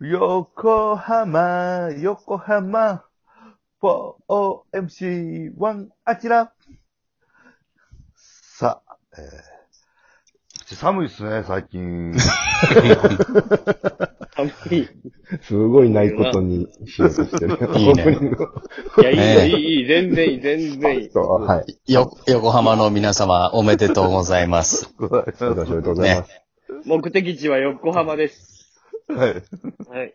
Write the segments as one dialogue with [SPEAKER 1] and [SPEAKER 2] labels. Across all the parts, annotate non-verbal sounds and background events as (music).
[SPEAKER 1] 横浜、横浜、4MC1、あちら。さあ、えー、寒いっすね、最近。
[SPEAKER 2] 寒 (laughs) い。い
[SPEAKER 3] すごいないことにしようとしてる。
[SPEAKER 4] (laughs) いいね
[SPEAKER 3] オープニングを
[SPEAKER 2] や、いいよ、いい、いい、全然いい、全然いい。
[SPEAKER 3] そうはい。
[SPEAKER 4] よ、横浜の皆様、おめでとうございます。
[SPEAKER 1] ございます
[SPEAKER 3] ご了承ありがとうございます。
[SPEAKER 2] 目的地は横浜です。
[SPEAKER 1] はい。
[SPEAKER 2] はい。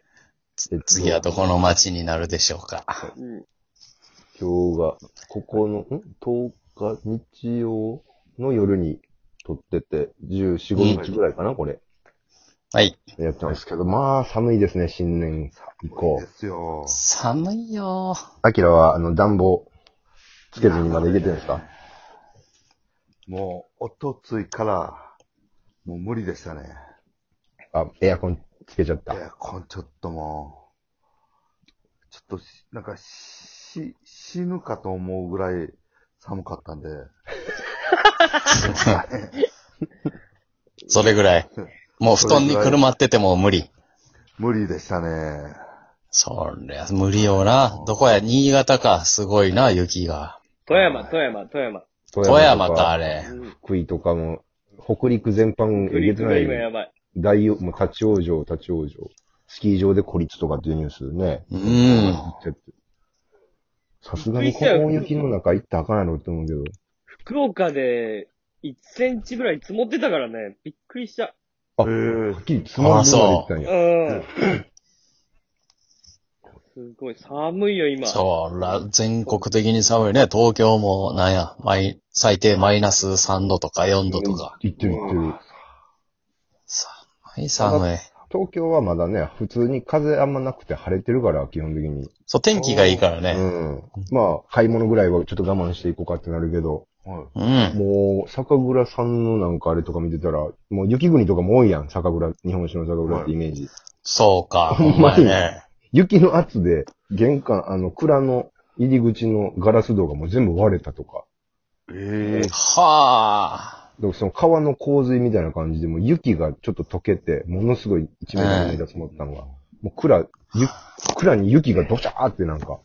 [SPEAKER 4] つ次はどこの町になるでしょうか。
[SPEAKER 2] うん。
[SPEAKER 3] 今日が、ここの、ん ?10 日、日曜の夜に撮ってて、14、5日ぐらいかな、これ。
[SPEAKER 4] はい。
[SPEAKER 3] やったんですけど、まあ、寒いですね、新年以降
[SPEAKER 1] で。すよ。
[SPEAKER 4] 寒いよ
[SPEAKER 3] アキラは、あの、暖房、つけずにまだいけてるんですか
[SPEAKER 1] もう、おとついから、もう無理でしたね。
[SPEAKER 3] あ、エアコンつけちゃっ
[SPEAKER 1] エ
[SPEAKER 3] た。
[SPEAKER 1] アコンちょっともう、ちょっとし、なんか、し、死ぬかと思うぐらい寒かったんで。
[SPEAKER 4] それぐらい。もう布団にくるまってても無理。
[SPEAKER 1] 無理でしたね。
[SPEAKER 4] そりゃ無理よな。どこや、新潟か。すごいな、雪が。
[SPEAKER 2] 富山、富山、富山。
[SPEAKER 4] 富山か、あ
[SPEAKER 3] れ。
[SPEAKER 4] れ
[SPEAKER 2] う。ん。
[SPEAKER 3] 福井とかも、北陸全般、
[SPEAKER 2] ク
[SPEAKER 3] え
[SPEAKER 2] リ
[SPEAKER 3] げ
[SPEAKER 2] ック
[SPEAKER 3] てな
[SPEAKER 2] が今や
[SPEAKER 3] い。
[SPEAKER 2] ばい。
[SPEAKER 3] 大よ、もう立ち往生、立ち往生。スキー場で孤立とかっていうニュースね。
[SPEAKER 4] うん。
[SPEAKER 3] ちょっとさすがにこの雪の中行ったらあかんやろって思うけど。
[SPEAKER 2] 福岡で1センチぐらい積もってたからね、びっくりした。
[SPEAKER 3] あ、
[SPEAKER 1] えー
[SPEAKER 3] はっきりつまんでまで行ったん
[SPEAKER 2] う
[SPEAKER 3] や。
[SPEAKER 2] ん。すごい、寒いよ、今。
[SPEAKER 4] そら、全国的に寒いね。東京も、なんや、マイ、最低マイナス3度とか4度とか。
[SPEAKER 3] 行ってる行ってる。
[SPEAKER 4] 寒い、寒い。
[SPEAKER 3] 東京はまだね、普通に風あんまなくて晴れてるから、基本的に。
[SPEAKER 4] そう、天気がいいから
[SPEAKER 3] う
[SPEAKER 4] ね。
[SPEAKER 3] ん。まあ、買い物ぐらいはちょっと我慢していこうかってなるけど、
[SPEAKER 1] はい。
[SPEAKER 4] うん。
[SPEAKER 3] もう、酒蔵さんのなんかあれとか見てたら、もう雪国とかも多いやん、酒蔵、日本酒の酒蔵ってイメージ。
[SPEAKER 4] そうか、ほ
[SPEAKER 3] ほ
[SPEAKER 4] ん
[SPEAKER 3] ん
[SPEAKER 4] ま
[SPEAKER 3] ま
[SPEAKER 4] や
[SPEAKER 3] に
[SPEAKER 4] ね。
[SPEAKER 3] 雪の圧で、玄関、あの、蔵の入り口のガラス戸がもう全部割れたとか。
[SPEAKER 1] ええ
[SPEAKER 4] はあ。
[SPEAKER 3] でもその川の洪水みたいな感じで、もう雪がちょっと溶けて、ものすごい一面の雪が積もったのが、もう蔵、ゆ蔵に雪がドシャーってなんか、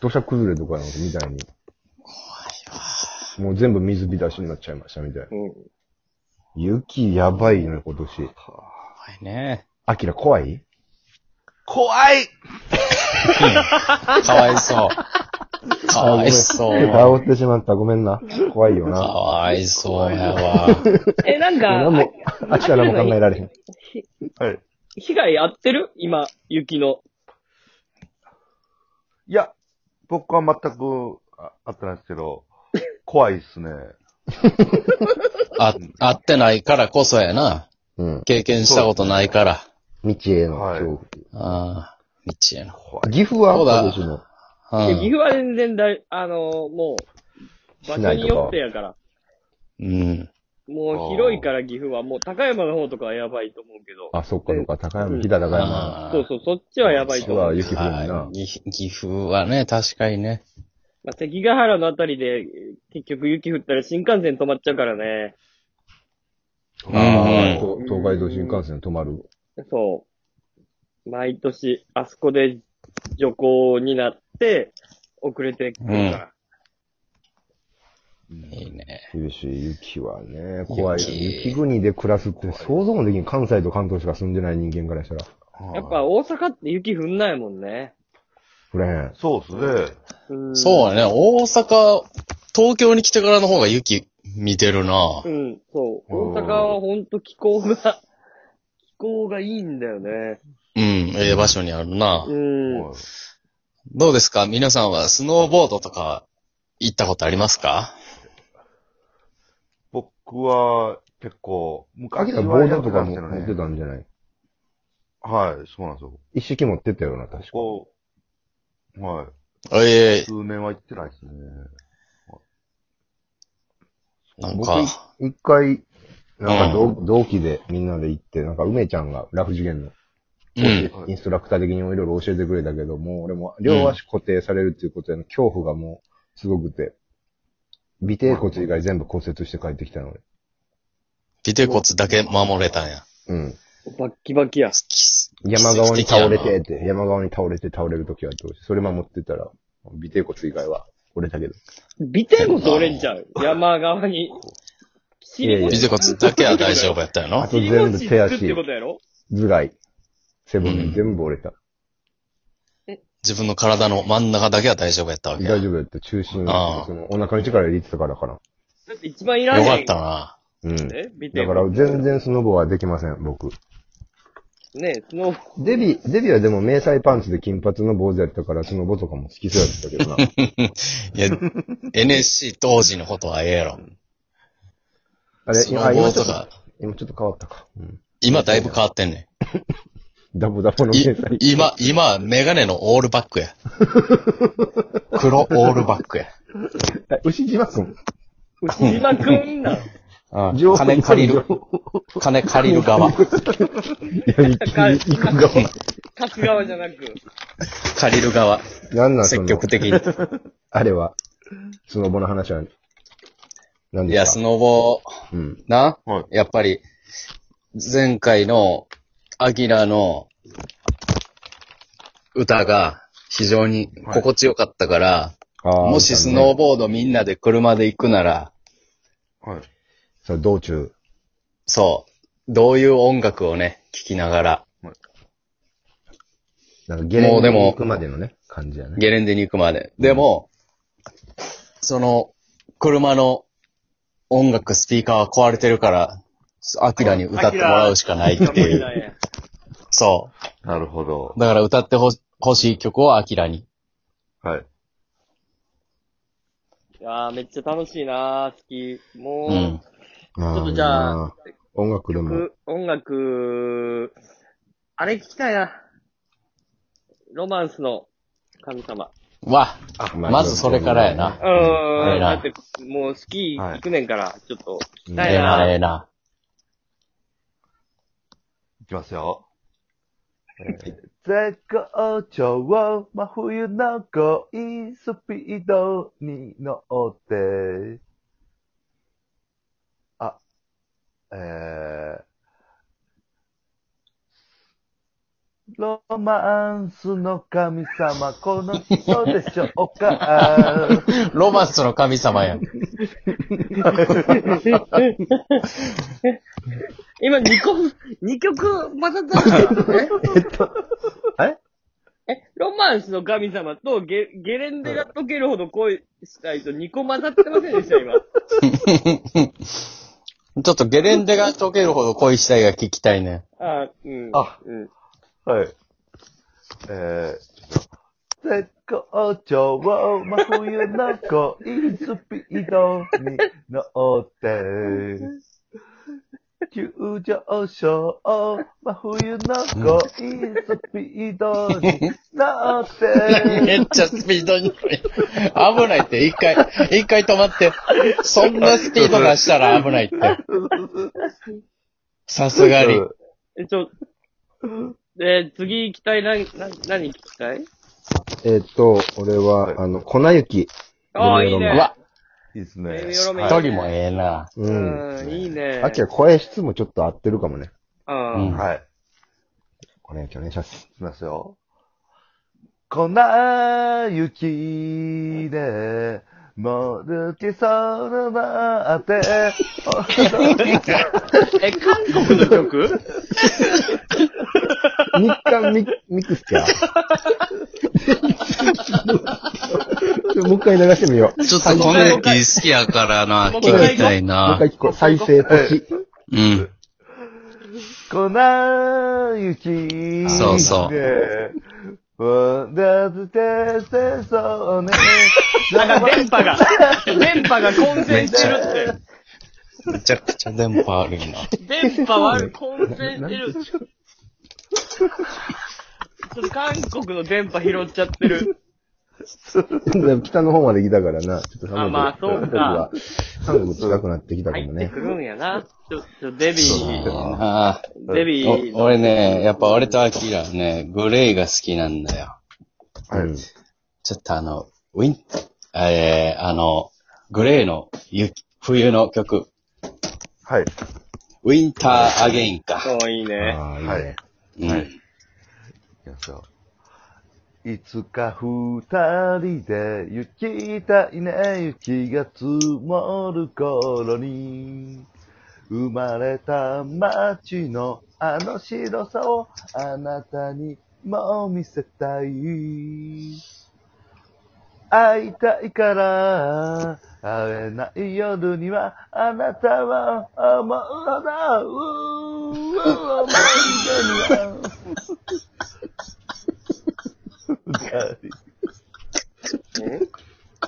[SPEAKER 3] 土砂崩れとかなんかみたいに、もう全部水浸しになっちゃいましたみたいな。
[SPEAKER 2] うん。
[SPEAKER 3] 雪やばいよね、今年。
[SPEAKER 4] 怖いね。
[SPEAKER 3] アキラ怖い
[SPEAKER 1] 怖い
[SPEAKER 4] かわいそう。かわいそう。
[SPEAKER 3] 倒ってしまった。ごめんな。怖いよ
[SPEAKER 4] か
[SPEAKER 3] な。
[SPEAKER 4] わいそうやわ。
[SPEAKER 2] え、なんか、
[SPEAKER 3] 何も、アキラ何も考えられへん。
[SPEAKER 1] はい。
[SPEAKER 2] 被害あってる今、雪の。
[SPEAKER 1] いや、僕は全くあ合ってないですけど、怖いっすね。
[SPEAKER 4] あ、会ってないからこそやな。
[SPEAKER 3] うん。
[SPEAKER 4] 経験したことないから。
[SPEAKER 3] 未知への
[SPEAKER 1] はい
[SPEAKER 3] 恐怖。
[SPEAKER 4] ああ、道やな。
[SPEAKER 1] 怖
[SPEAKER 3] 岐阜は
[SPEAKER 4] そうだ
[SPEAKER 3] 今年の。
[SPEAKER 4] う
[SPEAKER 2] で岐
[SPEAKER 4] ん。
[SPEAKER 2] 阜は全然だい、あのーもう、場
[SPEAKER 3] 市
[SPEAKER 2] 所
[SPEAKER 3] 内
[SPEAKER 2] に
[SPEAKER 3] とか
[SPEAKER 2] よってやから。
[SPEAKER 4] うん。
[SPEAKER 2] もう広いから岐阜は、もう高山の方とかはやばいと思うけど。
[SPEAKER 3] あ、そっかそっか。高
[SPEAKER 2] うん
[SPEAKER 3] 山、飛騨高山。
[SPEAKER 4] ああ
[SPEAKER 2] そうそう、そっちはやばいと思
[SPEAKER 3] は
[SPEAKER 2] う。
[SPEAKER 3] 雪降るもん
[SPEAKER 4] あ
[SPEAKER 3] な
[SPEAKER 4] あ。岐阜岐阜はね、確かにね。
[SPEAKER 2] まあ、関ヶ原のあたりで、結局雪降ったら新幹線止まっちゃうからね。
[SPEAKER 4] うん
[SPEAKER 3] ああ
[SPEAKER 4] うん
[SPEAKER 3] と東海道新幹線止まる。
[SPEAKER 2] そう。毎年、あそこで徐行になって、遅れてくるから。
[SPEAKER 4] いいね。
[SPEAKER 3] 厳しい雪はね、怖い。
[SPEAKER 4] 雪
[SPEAKER 3] 雪国で暮らすって想像もできん。関西と関東しか住んでない人間からしたら。
[SPEAKER 2] やっぱ大阪って雪降んないもんね。
[SPEAKER 3] これへん。
[SPEAKER 1] そうっすね。
[SPEAKER 2] うん、
[SPEAKER 4] そうやね。大阪、東京に来てからの方が雪見てるな
[SPEAKER 2] う。ん、そう。
[SPEAKER 1] うん
[SPEAKER 2] 大阪はほんと気候が、気候がいいんだよね。
[SPEAKER 4] うん。ええ場所にあるな。
[SPEAKER 2] うん。
[SPEAKER 1] はい
[SPEAKER 4] どうですか皆さんはスノーボードとか行ったことありますか
[SPEAKER 1] 僕は結構、
[SPEAKER 3] ア
[SPEAKER 1] 昔
[SPEAKER 3] キ
[SPEAKER 1] は
[SPEAKER 3] ラボー
[SPEAKER 1] や
[SPEAKER 3] ド
[SPEAKER 1] って
[SPEAKER 3] と
[SPEAKER 1] た
[SPEAKER 3] か
[SPEAKER 1] んで
[SPEAKER 3] も
[SPEAKER 1] すけどね。
[SPEAKER 3] 持ってたんじゃない
[SPEAKER 1] はい、そうなんですよ。
[SPEAKER 3] 一式持ってったよな、確か。
[SPEAKER 1] ここ、はい。
[SPEAKER 4] ええ
[SPEAKER 1] 数年は行ってないですね。
[SPEAKER 4] なんか、
[SPEAKER 3] 一回、なんか同同期でみんなで行って、なんか梅ちゃんがラフ次元の
[SPEAKER 4] うん。
[SPEAKER 1] はい
[SPEAKER 3] インストラクター的にいろいろ教えてくれたけど、もう俺も両足固定されるっていうことへの恐怖がもうすごくて、尾低骨以外全部骨折して帰ってきたの俺。
[SPEAKER 4] 尾て骨だけ守れたんや。
[SPEAKER 3] うん。
[SPEAKER 2] バッキバキや。
[SPEAKER 4] き
[SPEAKER 3] 山側に倒れてって、山側に倒れて倒れるときはどうしそれ守ってたら、尾てい骨以外は俺だけど。
[SPEAKER 2] ビテゴ取れんちゃう。山側に。
[SPEAKER 3] いやい
[SPEAKER 4] ビ
[SPEAKER 3] や
[SPEAKER 4] ゼコツだけは大丈夫やったよ
[SPEAKER 3] あ
[SPEAKER 4] な。
[SPEAKER 3] と全部手
[SPEAKER 2] 切り口つくって
[SPEAKER 3] 足
[SPEAKER 2] こ、とやろ
[SPEAKER 3] 頭蓋、背骨、
[SPEAKER 4] うん
[SPEAKER 3] 全部折れた。
[SPEAKER 4] 自分の体の真ん中だけは大丈夫やったわけや。
[SPEAKER 3] 大丈
[SPEAKER 4] よ
[SPEAKER 3] 夫だった。中心、
[SPEAKER 4] ああ
[SPEAKER 3] そのお腹に力入れてたからかな。
[SPEAKER 2] だって一番いらんや
[SPEAKER 4] か
[SPEAKER 2] ん
[SPEAKER 4] ったな。
[SPEAKER 3] うん。だ
[SPEAKER 2] ね、ビテゴ。
[SPEAKER 3] から全然スノボはできません、僕。
[SPEAKER 2] ね、その、
[SPEAKER 3] デビ、デビはでも迷彩パンツで金髪の坊主やったから、スノボとかも好きそうやったけどな。
[SPEAKER 4] (laughs) いや、NSC 当時のことはええやろ。
[SPEAKER 3] あれ、
[SPEAKER 4] ス
[SPEAKER 3] 今、
[SPEAKER 4] ノ
[SPEAKER 3] あ
[SPEAKER 4] ボ
[SPEAKER 3] 今
[SPEAKER 4] ー
[SPEAKER 3] ちょ
[SPEAKER 4] と
[SPEAKER 3] っと
[SPEAKER 4] か、、
[SPEAKER 3] 今ちょっと変わったか。うん。
[SPEAKER 4] 今だいぶ変わってんね
[SPEAKER 3] ダボダボの
[SPEAKER 4] ん。い (laughs)
[SPEAKER 3] 迷彩。
[SPEAKER 4] 今、今はメガネのオールバックや。黒オールバックや。
[SPEAKER 3] あ牛島くん。
[SPEAKER 2] 牛島くんなの。
[SPEAKER 4] あ
[SPEAKER 3] 情報
[SPEAKER 4] 金借りる。金借りる
[SPEAKER 3] (laughs)
[SPEAKER 4] 側。
[SPEAKER 3] いや、行くがも
[SPEAKER 2] 貸す側じゃなく。
[SPEAKER 4] 借りる側。
[SPEAKER 3] なんなんそ
[SPEAKER 4] 積
[SPEAKER 3] の
[SPEAKER 4] 極、的に。
[SPEAKER 3] あれは、スノボの話は、何
[SPEAKER 4] い
[SPEAKER 3] で
[SPEAKER 4] や、
[SPEAKER 3] す
[SPEAKER 4] ス
[SPEAKER 3] か
[SPEAKER 4] ノボ、
[SPEAKER 3] うん。
[SPEAKER 4] な、
[SPEAKER 1] はい
[SPEAKER 4] やっぱり、前回の、アキラの、歌が、非常に心地よかったから、
[SPEAKER 3] あー
[SPEAKER 4] もしスノー、ボードみんなで車で行くなら、
[SPEAKER 1] はい。
[SPEAKER 3] そう、道中。
[SPEAKER 4] そう、どういう音楽をね、聴きながら、
[SPEAKER 3] なんかゲレ
[SPEAKER 4] も
[SPEAKER 3] ン
[SPEAKER 4] う
[SPEAKER 3] デ
[SPEAKER 4] で
[SPEAKER 3] に
[SPEAKER 4] も
[SPEAKER 3] 行くまでのね、感じやね。
[SPEAKER 4] ゲレンデに行くまで。でも、その、車の音楽スピーカーは壊れてるから、アキラに歌ってもらうしかないってい
[SPEAKER 2] な
[SPEAKER 4] う。
[SPEAKER 2] んや
[SPEAKER 4] そう。
[SPEAKER 1] なるほど。
[SPEAKER 4] だから歌ってほし欲しい曲をアキラに。
[SPEAKER 1] はい。
[SPEAKER 2] いやーめっちゃ楽しいなー好き。もう、
[SPEAKER 4] うん。
[SPEAKER 3] ち
[SPEAKER 2] ょっとじゃあ
[SPEAKER 3] 音楽でも、
[SPEAKER 2] 僕音楽、あれ聞きたいな。ロマンスの神様。
[SPEAKER 4] わ、まずそれからや
[SPEAKER 2] う
[SPEAKER 4] な。
[SPEAKER 2] ー
[SPEAKER 4] ええ
[SPEAKER 2] ん。だ
[SPEAKER 4] な
[SPEAKER 2] って、もうスキー行くねんから、ちょっと聞き
[SPEAKER 3] は
[SPEAKER 2] た
[SPEAKER 4] え
[SPEAKER 2] い
[SPEAKER 4] え
[SPEAKER 2] な。
[SPEAKER 4] な、ええな。
[SPEAKER 1] いきますよ。絶好調、真冬の恋スピードに乗って、あ、えー、ロマンスの神様、この人でしょうか
[SPEAKER 4] ロマンスの神様やん。 (laughs)
[SPEAKER 2] (laughs) 今2曲、二曲混ざったんだよ。
[SPEAKER 3] え
[SPEAKER 2] ええ、ロマンスの神様とゲゲレンデが溶けるほど恋したいと2個混ざってませんでした、今。
[SPEAKER 4] ちょっとゲレンデが溶けるほど恋したいが聞きたい (laughs) ね。
[SPEAKER 2] あ、うん。
[SPEAKER 1] あ
[SPEAKER 2] うん。
[SPEAKER 1] はい。えー、絶好調、真冬の恋スピードに乗って、急上昇、真冬の恋スピードに乗って、
[SPEAKER 4] めっちゃスピードに乗り。危ないって、一回、一回止まって。そんなスピード出したら危ないって。さすがに。
[SPEAKER 2] え、ちょ、えー次行きたい、な、な、何聞きたい
[SPEAKER 3] えーっと、俺
[SPEAKER 1] はい
[SPEAKER 3] は、あの、粉雪。
[SPEAKER 2] ああ、
[SPEAKER 3] い
[SPEAKER 2] い
[SPEAKER 3] ろ
[SPEAKER 2] い
[SPEAKER 3] いろ
[SPEAKER 2] ね。
[SPEAKER 3] な
[SPEAKER 4] うわ、
[SPEAKER 1] いいですね。
[SPEAKER 2] えーよろめ
[SPEAKER 4] 一人もええな。
[SPEAKER 3] う。
[SPEAKER 2] うんん、いいね。
[SPEAKER 3] あきら声質もちょっと合ってるかもね。
[SPEAKER 2] あ
[SPEAKER 4] う
[SPEAKER 2] ー
[SPEAKER 4] ん
[SPEAKER 1] はい。はい。
[SPEAKER 3] 粉雪お願いします。
[SPEAKER 1] いきますよ。粉雪で、もるきそうなって、 (laughs)
[SPEAKER 2] え、韓国の曲 (laughs)
[SPEAKER 3] 日韓ミミクス (laughs) チャーもう一回流してみよう。
[SPEAKER 4] ちょっとこの駅好きやから (laughs) な、聞きたい
[SPEAKER 3] もう一
[SPEAKER 4] な。
[SPEAKER 3] 回聞こう。再生ポチ。
[SPEAKER 4] うん。
[SPEAKER 1] 粉雪。
[SPEAKER 4] そうそう
[SPEAKER 1] わだずてせそうね。
[SPEAKER 2] なんか電波が、 (laughs) 電波が混戦してるっ
[SPEAKER 4] めちゃくちゃ電波悪いな。
[SPEAKER 2] て。電波悪い、混戦してる。ちょっと韓国の電波拾っちゃってる。
[SPEAKER 3] 北の方まで来たからな。ちょっと
[SPEAKER 2] あまあそうか。
[SPEAKER 3] 韓国は韓国近くなってきたか
[SPEAKER 2] 入
[SPEAKER 3] も
[SPEAKER 2] って
[SPEAKER 3] ね
[SPEAKER 2] く。るんやな。ちょ、ちょ、デビー、
[SPEAKER 4] あ
[SPEAKER 2] デビ
[SPEAKER 4] ー
[SPEAKER 2] ー、
[SPEAKER 4] お俺ね、やっぱ俺とアキラはね、グレーが好きなんだよ。
[SPEAKER 3] うん
[SPEAKER 4] ちょっとあの、ウィン、えー、あの、グレーの雪、冬の曲、
[SPEAKER 1] はい。
[SPEAKER 4] ウィンターアゲインか。
[SPEAKER 2] おいいね。
[SPEAKER 3] ああ、いい
[SPEAKER 1] は
[SPEAKER 3] ね
[SPEAKER 1] い。
[SPEAKER 4] うん。
[SPEAKER 1] そう。いつか二人で行きたいね、雪が積もる頃に。生まれた街のあの白さをあなたにも見せたい。会いたいから、会えない夜には、あなたは思うほど、うーうー思い出には。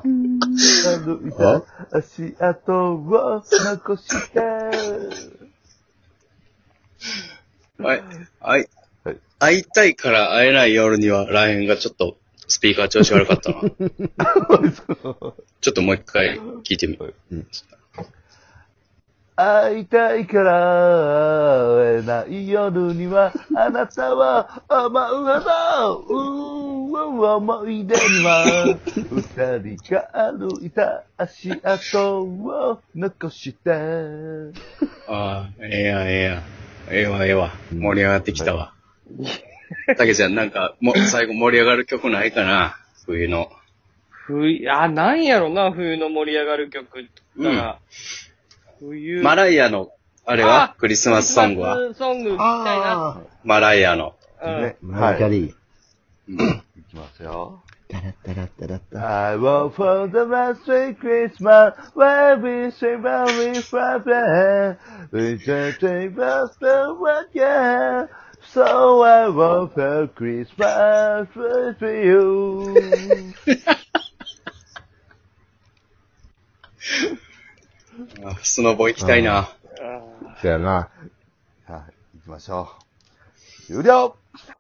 [SPEAKER 1] 歩いた足跡を残して、
[SPEAKER 4] はい。はい
[SPEAKER 1] はい。
[SPEAKER 4] 会いたいから会えない夜には、らへんがちょっと、スピーカー調子悪
[SPEAKER 1] (laughs)
[SPEAKER 4] かったな。ちょっともう一回聞いてみる。
[SPEAKER 1] 会いたいから会えない夜には、あなたは思うほど、うーん、思い出には、二人が歩いた足跡を残して、
[SPEAKER 4] ああ、ええやん、ええやん。ええわ、ええわ。盛り上がってきたわ。たけちゃん、なんか、も、最後盛り上がる曲ないかな冬の。
[SPEAKER 2] 冬、あ、なんやろな、冬の盛り上がる曲から。冬。
[SPEAKER 4] マライアの、あれはクリスマスソン
[SPEAKER 2] ク
[SPEAKER 4] グは
[SPEAKER 2] リスマスソング聞きたいな。
[SPEAKER 4] マライアの。
[SPEAKER 2] うん
[SPEAKER 1] ね
[SPEAKER 3] マライアキャリー。
[SPEAKER 1] いきますよ。
[SPEAKER 3] ダラッダラッダラッダ
[SPEAKER 1] I want for the last week Christmas, where we say about we forever. We just say about the again. So I want for Christmas with you.
[SPEAKER 4] あスノボ行きたいな。
[SPEAKER 2] あー
[SPEAKER 3] そうやな。
[SPEAKER 1] はい、行きましょう。終了